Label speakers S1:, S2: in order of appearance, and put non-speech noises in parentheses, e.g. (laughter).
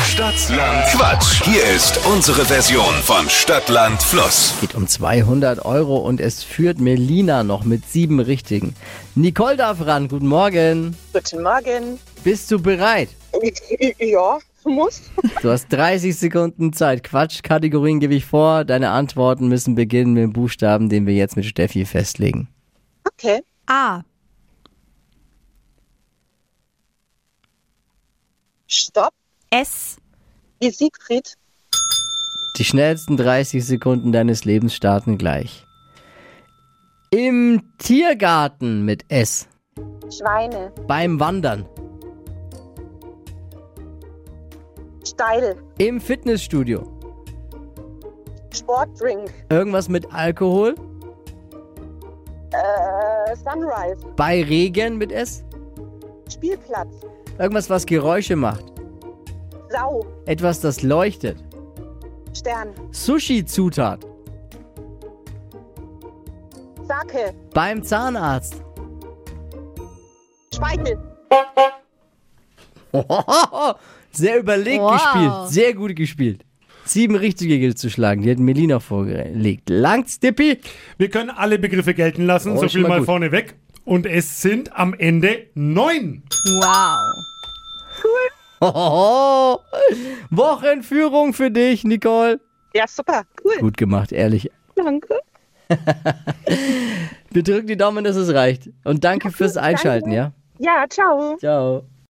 S1: Stadtland Quatsch. Hier ist unsere Version von Stadtland Fluss.
S2: geht um 200 Euro und es führt Melina noch mit sieben Richtigen. Nicole darf ran. Guten Morgen.
S3: Guten Morgen.
S2: Bist du bereit?
S3: (laughs) Ja, muss.
S2: Du hast 30 Sekunden Zeit. Quatschkategorien gebe ich vor. Deine Antworten müssen beginnen mit dem Buchstaben, den wir jetzt mit Steffi festlegen.
S3: Okay.
S4: A.
S3: Stopp.
S4: S.
S3: Wie Siegfried.
S2: Die schnellsten 30 Sekunden deines Lebens starten gleich. Im Tiergarten mit S.
S3: Schweine.
S2: Beim Wandern.
S3: Steil.
S2: Im Fitnessstudio.
S3: Sportdrink.
S2: Irgendwas mit Alkohol.
S3: Äh, Sunrise.
S2: Bei Regen mit S.
S3: Spielplatz.
S2: Irgendwas, was Geräusche macht.
S3: Sau.
S2: Etwas, das leuchtet.
S3: Stern.
S2: Sushi-Zutat.
S3: Sake.
S2: Beim Zahnarzt. (laughs)
S3: Speichel.
S2: Sehr überlegt
S4: Wow.
S2: gespielt. Sehr gut gespielt. Sieben richtige gilt zu schlagen. Die hat Melina vorgelegt. Langt's, Dippi. (laughs)
S5: Wir können alle Begriffe gelten lassen,
S2: Oh,
S5: so
S2: ist schon
S5: viel
S2: mal
S5: mal
S2: gut.
S5: vorneweg. Und es sind am Ende neun.
S4: Wow.
S2: Hohoho. Wochenführung für dich, Nicole.
S3: Ja, super. Cool.
S2: Gut gemacht, ehrlich.
S3: Danke.
S2: Wir drücken die Daumen, dass es reicht. Und danke fürs Einschalten, ja?
S3: Ja, ciao.
S2: Ciao.